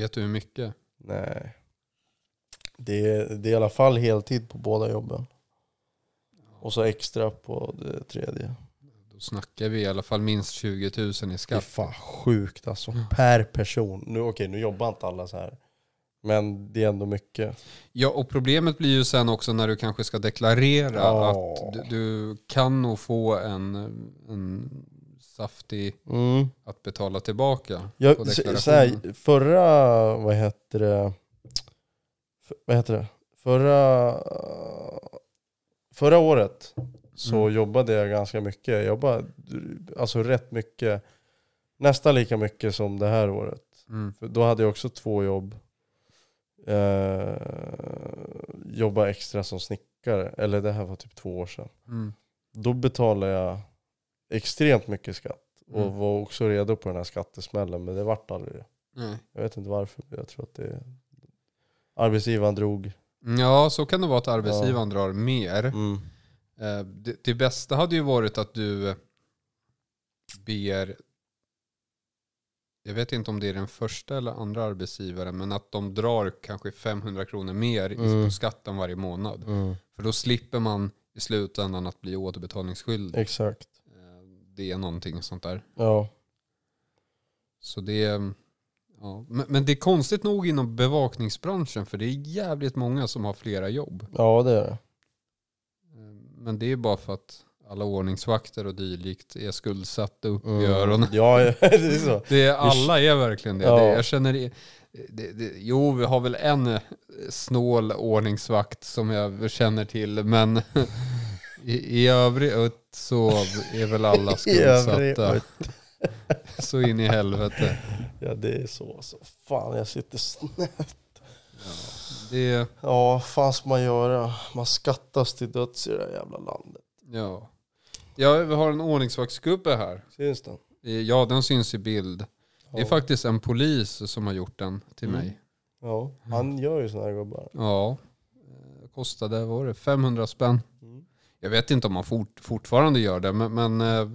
[SPEAKER 2] Vet du hur mycket?
[SPEAKER 1] Nej. Det är, det är i alla fall heltid på båda jobben. Och så extra på det tredje.
[SPEAKER 2] Då snackar vi i alla fall minst 20 000 i
[SPEAKER 1] Det är
[SPEAKER 2] skatt.
[SPEAKER 1] fan sjukt alltså, per person. Nu, okej, nu jobbar inte alla så här. Men det är ändå mycket.
[SPEAKER 2] Ja, och problemet blir ju sen också när du kanske ska deklarera
[SPEAKER 1] Ja.
[SPEAKER 2] att du, du kan nog få en, en saftig
[SPEAKER 1] Mm.
[SPEAKER 2] att betala tillbaka. på
[SPEAKER 1] Jag, så,
[SPEAKER 2] deklarationen.
[SPEAKER 1] så här, förra, vad heter det, f- vad heter det, förra, förra året så
[SPEAKER 2] Mm.
[SPEAKER 1] jobbade jag ganska mycket. Jag jobbade alltså rätt mycket, nästan lika mycket som det här året.
[SPEAKER 2] Mm,
[SPEAKER 1] För då hade jag också två jobb. Eh, jobba extra som snickare, eller det här var typ två år sedan.
[SPEAKER 2] mm,
[SPEAKER 1] Då betalade jag extremt mycket skatt och
[SPEAKER 2] Mm.
[SPEAKER 1] var också redo på den här skattesmällen men det vart aldrig det.
[SPEAKER 2] nej.
[SPEAKER 1] Jag vet inte varför, men jag tror att det Arbetsgivaren drog.
[SPEAKER 2] Ja, så kan det vara att arbetsgivaren drar mer.
[SPEAKER 1] Mm.
[SPEAKER 2] Eh, Det, det bästa hade ju varit att du eh, ber, jag vet inte om det är den första eller andra arbetsgivaren, men att de drar kanske 500 kronor mer i
[SPEAKER 1] Mm.
[SPEAKER 2] på skatten varje månad. För då slipper man i slutändan att bli återbetalningsskyldig.
[SPEAKER 1] Exakt.
[SPEAKER 2] Eh, Det är någonting sånt där.
[SPEAKER 1] Ja.
[SPEAKER 2] Så det, Ja, men, men det är konstigt nog inom bevakningsbranschen för det är jävligt många som har flera jobb.
[SPEAKER 1] Ja, det är det.
[SPEAKER 2] Ehm, Men det är bara för att alla ordningsvakter och dylikt är skuldsatta upp
[SPEAKER 1] Mm.
[SPEAKER 2] i öronen.
[SPEAKER 1] Ja, det är så.
[SPEAKER 2] Det är, alla är verkligen det.
[SPEAKER 1] Ja.
[SPEAKER 2] det jag känner det, det, det, jo, vi har väl en snål ordningsvakt som jag känner till, men i, i övrigt så är väl alla
[SPEAKER 1] I övrigt.
[SPEAKER 2] skuldsatta. så in i helvete.
[SPEAKER 1] Ja, det är så. så. Fan, jag sitter snett.
[SPEAKER 2] Det,
[SPEAKER 1] Ja, vad fan ska man göra? Man skattas till döds i det här jävla landet.
[SPEAKER 2] ja. ja, vi har en ordningsvaktsgubbe här.
[SPEAKER 1] Syns den?
[SPEAKER 2] Ja, den syns i bild. Det är
[SPEAKER 1] Ja.
[SPEAKER 2] faktiskt en polis som har gjort den till
[SPEAKER 1] Mm.
[SPEAKER 2] mig.
[SPEAKER 1] Ja, han gör ju såna här gubbar.
[SPEAKER 2] Ja, Eh, kostade, vad var det, 500 spänn.
[SPEAKER 1] Mm.
[SPEAKER 2] Jag vet inte om han fort, fortfarande gör det, men, men eh,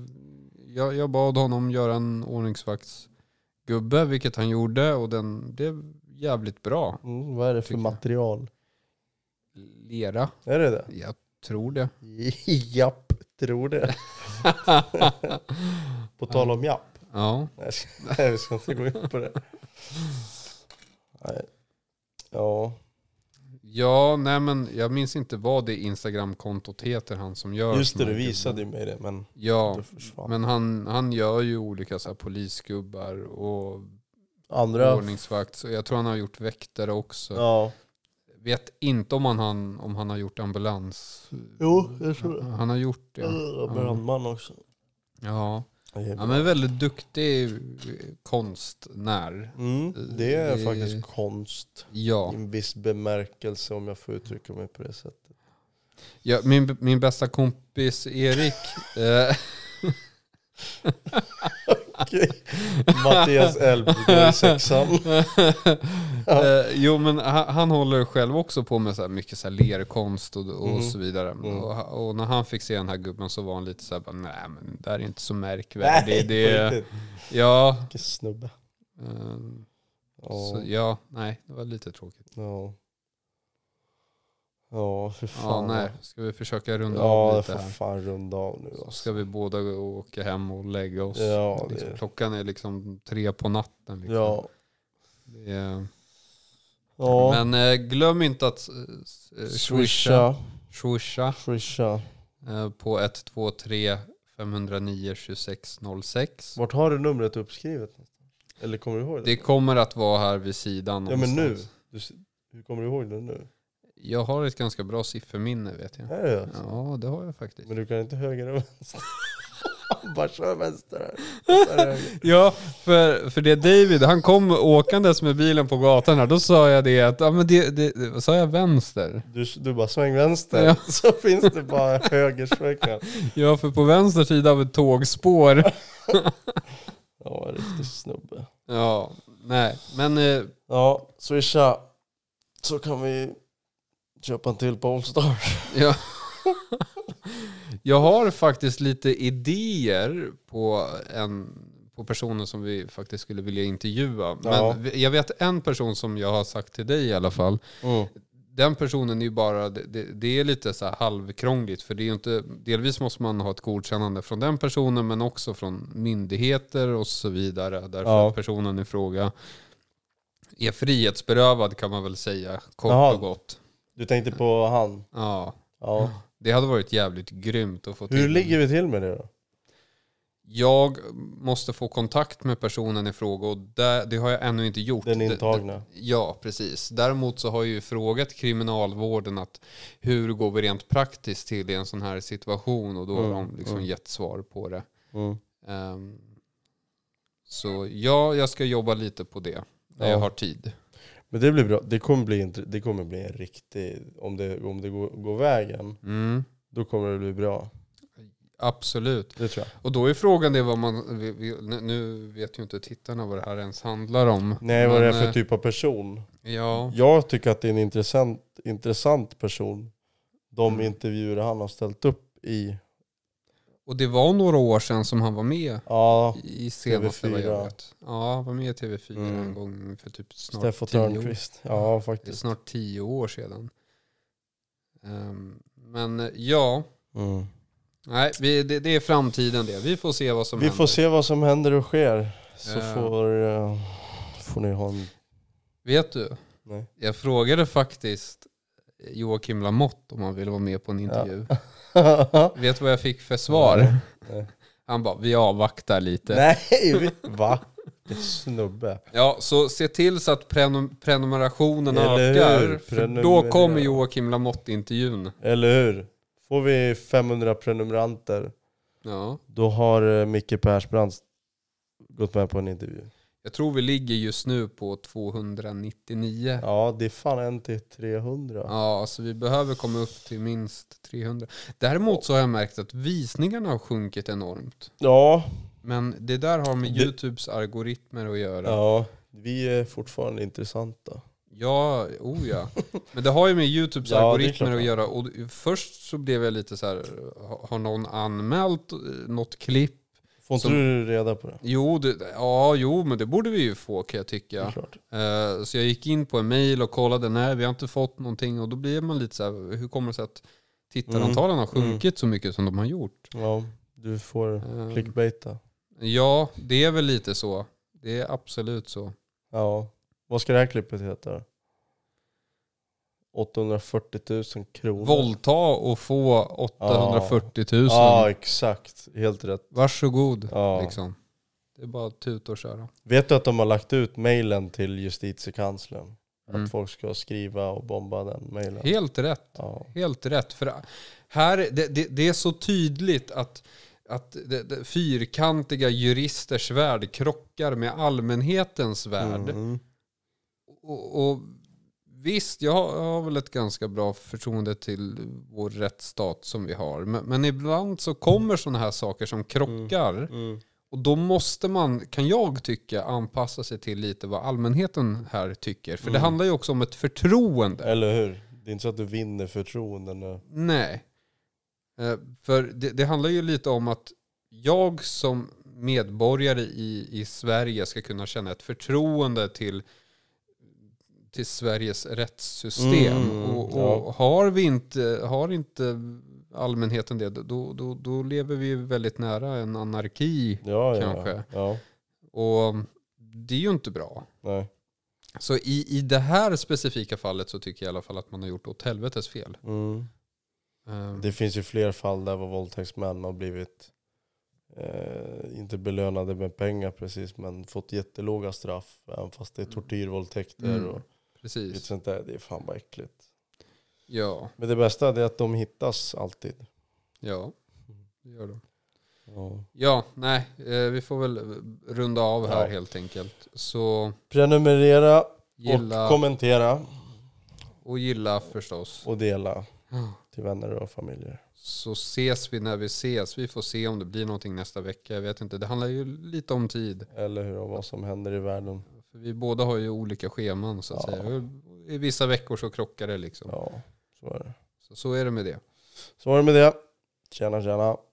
[SPEAKER 2] jag, jag bad honom göra en ordningsvaktsgubbe, vilket han gjorde och den blev jävligt bra.
[SPEAKER 1] Mm, vad är det för
[SPEAKER 2] Tycker jag.
[SPEAKER 1] material?
[SPEAKER 2] Lera,
[SPEAKER 1] Är det det?
[SPEAKER 2] jag tror det.
[SPEAKER 1] Japp, tror det. På tal om japp.
[SPEAKER 2] ja,
[SPEAKER 1] Nej, jag ska- nej, vi ska inte gå in på det. Nej. Ja,
[SPEAKER 2] ja, nej men jag minns inte vad det Instagramkontot heter, han som gör
[SPEAKER 1] just det,
[SPEAKER 2] såna
[SPEAKER 1] du
[SPEAKER 2] här
[SPEAKER 1] visade ju mig det, men
[SPEAKER 2] gubbar. Ja,
[SPEAKER 1] det försvann.
[SPEAKER 2] men han, han gör ju olika så här polisgubbar och
[SPEAKER 1] Andra,
[SPEAKER 2] ordningsvakt. Så jag tror han har gjort väktare också.
[SPEAKER 1] ja.
[SPEAKER 2] Vet inte om han, han, om han har gjort ambulans.
[SPEAKER 1] Jo, jag tror det.
[SPEAKER 2] Han har gjort det.
[SPEAKER 1] Äh, Brandman också.
[SPEAKER 2] Ja.
[SPEAKER 1] Det är
[SPEAKER 2] Han är väldigt duktig konstnär.
[SPEAKER 1] Mm, det är
[SPEAKER 2] Det-
[SPEAKER 1] faktiskt konst
[SPEAKER 2] Ja.
[SPEAKER 1] i en viss bemärkelse om jag får uttrycka mig på det sättet.
[SPEAKER 2] ja min, min bästa kompis Erik. eh,
[SPEAKER 1] Okej. Mattias Elb, du går i sexan.
[SPEAKER 2] eh, jo men han, han håller själv också på med så här mycket så här lerkonst och, och
[SPEAKER 1] Mhm.
[SPEAKER 2] så vidare.
[SPEAKER 1] Mm.
[SPEAKER 2] Och, ha- och när han fick se den här gubben så var han lite så här, bara, nej men det där är inte så märkvärdigt.
[SPEAKER 1] på
[SPEAKER 2] Det,
[SPEAKER 1] riktigt.
[SPEAKER 2] ja.
[SPEAKER 1] Vilken snubbe.
[SPEAKER 2] eh,
[SPEAKER 1] Ja,
[SPEAKER 2] Så ja, nej, det var lite tråkigt.
[SPEAKER 1] ja. ja för
[SPEAKER 2] Ja,
[SPEAKER 1] fan.
[SPEAKER 2] nej. Ska vi försöka runda
[SPEAKER 1] ja
[SPEAKER 2] av
[SPEAKER 1] det
[SPEAKER 2] lite
[SPEAKER 1] får
[SPEAKER 2] här?
[SPEAKER 1] fan runda av nu.
[SPEAKER 2] Så
[SPEAKER 1] Alltså.
[SPEAKER 2] ska vi båda gå och åka hem och lägga oss.
[SPEAKER 1] Ja, det-
[SPEAKER 2] liksom, Klockan är liksom tre på natten. Liksom.
[SPEAKER 1] Ja.
[SPEAKER 2] Det är...
[SPEAKER 1] ja.
[SPEAKER 2] Men eh, glöm inte att eh, swisha,
[SPEAKER 1] Swisha.
[SPEAKER 2] swisha
[SPEAKER 1] Swisha.
[SPEAKER 2] eh, på 123 509 2606.
[SPEAKER 1] Vart har du numret uppskrivet? Eller kommer du ihåg det?
[SPEAKER 2] Det kommer att vara här vid sidan.
[SPEAKER 1] Ja men nu.
[SPEAKER 2] någonstans.
[SPEAKER 1] Du, s- hur kommer du ihåg det nu?
[SPEAKER 2] Jag har ett ganska bra sifferminne vet jag.
[SPEAKER 1] Är det? alltså.
[SPEAKER 2] Ja, det har jag faktiskt.
[SPEAKER 1] Men du kan inte höger och vänster. Bara kör vänster här. Och sen höger.
[SPEAKER 2] Ja, för, för det David, han kom åkandes med bilen på gatan här, då sa jag det att, ja men det, det, det sa jag vänster?
[SPEAKER 1] Du, du bara sväng vänster.
[SPEAKER 2] Ja.
[SPEAKER 1] Så finns det bara högersvängar.
[SPEAKER 2] Ja, för på vänster sida av ett tågspår.
[SPEAKER 1] Ja, riktig snubbe.
[SPEAKER 2] Ja, nej, men eh,
[SPEAKER 1] Ja, swisha. Så kan vi köpa en till Polestar.
[SPEAKER 2] jag, jag har faktiskt lite idéer på en på personer som vi faktiskt skulle vilja intervjua. Men
[SPEAKER 1] Ja.
[SPEAKER 2] vi- jag vet en person som jag har sagt till dig i alla fall. den personen är ju bara, det- det, det är lite så här halvkrångligt för det är ju inte, delvis måste man ha ett godkännande från den personen men också från myndigheter och så vidare. Därför
[SPEAKER 1] Ja.
[SPEAKER 2] att personen i fråga är frihetsberövad kan man väl säga, kort
[SPEAKER 1] Jaha.
[SPEAKER 2] och gott.
[SPEAKER 1] Du tänkte på han.
[SPEAKER 2] Ja,
[SPEAKER 1] Ja.
[SPEAKER 2] det hade varit jävligt grymt att få
[SPEAKER 1] Hur ligger vi till med det då?
[SPEAKER 2] Jag måste få kontakt med personen i fråga och det, det har jag ännu inte gjort.
[SPEAKER 1] Den
[SPEAKER 2] Det- det-
[SPEAKER 1] intagna.
[SPEAKER 2] Ja, precis. Däremot så har jag ju frågat kriminalvården att hur går vi rent praktiskt till i en sån här situation och då har
[SPEAKER 1] Mm,
[SPEAKER 2] de liksom
[SPEAKER 1] mm.
[SPEAKER 2] gett svar på det.
[SPEAKER 1] Mm.
[SPEAKER 2] Ehm, så ja, jag ska jobba lite på det när
[SPEAKER 1] Ja.
[SPEAKER 2] jag har tid.
[SPEAKER 1] Men det blir bra. Det kommer bli, int- det kommer bli en riktig, om det, om det går, går vägen,
[SPEAKER 2] Mm,
[SPEAKER 1] då kommer det bli bra.
[SPEAKER 2] absolut.
[SPEAKER 1] Det tror jag.
[SPEAKER 2] Och då är frågan det vad man, vi, vi, nu- nu vet ju inte tittarna vad det här ens handlar om.
[SPEAKER 1] Nej, vad det är
[SPEAKER 2] Men,
[SPEAKER 1] för
[SPEAKER 2] eh,
[SPEAKER 1] typ av person?
[SPEAKER 2] Ja,
[SPEAKER 1] Jag tycker att det är en intressant, intressant person. De
[SPEAKER 2] Mm.
[SPEAKER 1] intervjuer han har ställt upp i.
[SPEAKER 2] och det var några år sedan som han var med
[SPEAKER 1] Ja,
[SPEAKER 2] i senaste vad jag
[SPEAKER 1] TV4.
[SPEAKER 2] vet. Ja, han var med i TV4
[SPEAKER 1] Mm.
[SPEAKER 2] en gång för typ snart
[SPEAKER 1] Steffo
[SPEAKER 2] tio år
[SPEAKER 1] Törnqvist. Ja,
[SPEAKER 2] Det är
[SPEAKER 1] faktiskt.
[SPEAKER 2] snart tio år sedan. Ehm, men eh, ja,
[SPEAKER 1] Mm.
[SPEAKER 2] nej, vi, det, det är framtiden det. Vi får se vad som
[SPEAKER 1] Vi
[SPEAKER 2] händer.
[SPEAKER 1] får se vad som händer och sker. Så
[SPEAKER 2] Eh.
[SPEAKER 1] får, eh, får ni ha en...
[SPEAKER 2] Vet du?
[SPEAKER 1] Nej.
[SPEAKER 2] Jag frågade faktiskt Joakim Lamotte om han ville vara med på en intervju. Vet du vad jag fick för svar?
[SPEAKER 1] Nej.
[SPEAKER 2] Han bara, vi avvaktar lite.
[SPEAKER 1] Nej, vi... va? Vilken snubbe.
[SPEAKER 2] Ja, så se till så att prenom- prenumerationen
[SPEAKER 1] Eller hur?
[SPEAKER 2] ökar. För då
[SPEAKER 1] Prenumerera.
[SPEAKER 2] kommer Joakim Lamotte-intervjun.
[SPEAKER 1] Eller hur? Får vi 500 prenumeranter,
[SPEAKER 2] Ja.
[SPEAKER 1] då har eh, Micke Persbrandt gått med på en intervju.
[SPEAKER 2] Jag tror vi ligger just nu på 299. Ja,
[SPEAKER 1] Ja, det är fan en till 300.
[SPEAKER 2] alltså vi behöver komma upp till minst 300. Däremot så har jag märkt att visningarna har sjunkit enormt.
[SPEAKER 1] Ja,
[SPEAKER 2] Men det där har med
[SPEAKER 1] Det-
[SPEAKER 2] YouTubes algoritmer att göra.
[SPEAKER 1] ja. Vi är fortfarande intressanta.
[SPEAKER 2] Ja, oh ja. Men det har ju med YouTubes
[SPEAKER 1] Ja, det är
[SPEAKER 2] algoritmer
[SPEAKER 1] klart.
[SPEAKER 2] att göra. Och först så blev jag lite så här, ha- har någon anmält eh, något klipp?
[SPEAKER 1] Får inte
[SPEAKER 2] Som-
[SPEAKER 1] du reda på det?
[SPEAKER 2] Jo, det, ja, jo, men det borde vi ju få kan jag
[SPEAKER 1] Det
[SPEAKER 2] tycka.
[SPEAKER 1] är klart.
[SPEAKER 2] Eh, Så jag gick in på en mail och kollade, nej vi har inte fått någonting. Och då blir man lite så här, hur kommer det sig att tittarantalen
[SPEAKER 1] Mm.
[SPEAKER 2] har sjunkit så mycket som de har gjort?
[SPEAKER 1] Ja, du får
[SPEAKER 2] Eh,
[SPEAKER 1] clickbaita.
[SPEAKER 2] Ja, det är väl lite så. Det är absolut så.
[SPEAKER 1] Ja. Vad ska det här klippet heta? 840 000 kronor.
[SPEAKER 2] Våldta och få 840 000.
[SPEAKER 1] Oh. Ja, exakt. Helt rätt.
[SPEAKER 2] Varsågod.
[SPEAKER 1] Ja.
[SPEAKER 2] Liksom. Det är bara att tuta och köra.
[SPEAKER 1] Vet du att de har lagt ut mejlen till justitiekanslern?
[SPEAKER 2] Mm.
[SPEAKER 1] Att folk ska skriva och bomba den mejlen.
[SPEAKER 2] Helt rätt.
[SPEAKER 1] Ja.
[SPEAKER 2] Helt rätt. För här, det, det, det är så tydligt att, att det, det, fyrkantiga juristers värld krockar med allmänhetens värld.
[SPEAKER 1] Mm.
[SPEAKER 2] Och, och Visst, jag har, jag har väl ett ganska bra förtroende till vår rättsstat som vi har. Men, men ibland så kommer sådana här saker som krockar.
[SPEAKER 1] Mm.
[SPEAKER 2] Och då måste man, kan jag tycka, anpassa sig till lite vad allmänheten här tycker. För det handlar ju också om ett förtroende.
[SPEAKER 1] Eller hur? Det är inte så att du vinner förtroende nu.
[SPEAKER 2] Nej. Eh, För det, det handlar ju lite om att jag som medborgare i, i Sverige ska kunna känna ett förtroende till, till Sveriges rättssystem.
[SPEAKER 1] Mm,
[SPEAKER 2] och
[SPEAKER 1] ja.
[SPEAKER 2] och har, vi inte, har inte allmänheten det, då, då, då lever vi ju väldigt nära en anarki.
[SPEAKER 1] Ja, ja.
[SPEAKER 2] Kanske.
[SPEAKER 1] Ja,
[SPEAKER 2] Och det är ju inte bra.
[SPEAKER 1] nej.
[SPEAKER 2] Så i, i det här specifika fallet så tycker jag i alla fall att man har gjort åt helvetes fel.
[SPEAKER 1] Mm.
[SPEAKER 2] Eh,
[SPEAKER 1] Det finns ju fler fall där var våldtäktsmän har blivit eh, inte belönade med pengar precis men fått jättelåga straff även fast det är tortyrvåldtäkter
[SPEAKER 2] Mm.
[SPEAKER 1] och lite
[SPEAKER 2] Precis.
[SPEAKER 1] sånt där. Det är fan bara äckligt.
[SPEAKER 2] Ja,
[SPEAKER 1] Men det bästa det är att de hittas alltid.
[SPEAKER 2] ja.
[SPEAKER 1] Mm.
[SPEAKER 2] Det gör de.
[SPEAKER 1] Ja.
[SPEAKER 2] Ja, nej, eh, vi får väl runda av här
[SPEAKER 1] Ja.
[SPEAKER 2] helt enkelt. Så
[SPEAKER 1] Prenumerera
[SPEAKER 2] gilla
[SPEAKER 1] och
[SPEAKER 2] och,
[SPEAKER 1] kommentera
[SPEAKER 2] gilla förstås.
[SPEAKER 1] och dela till vänner och familjer.
[SPEAKER 2] Så ses vi när vi ses. Vi får se om det blir någonting nästa vecka. Jag vet inte, det handlar ju lite om tid.
[SPEAKER 1] Eller hur, och vad som händer i världen.
[SPEAKER 2] För vi båda har ju olika scheman så att
[SPEAKER 1] Ja.
[SPEAKER 2] säga. I vissa veckor så krockar det liksom.
[SPEAKER 1] Ja, så är det.
[SPEAKER 2] Så, så är det med det.
[SPEAKER 1] Så var det med det. Tjena tjena.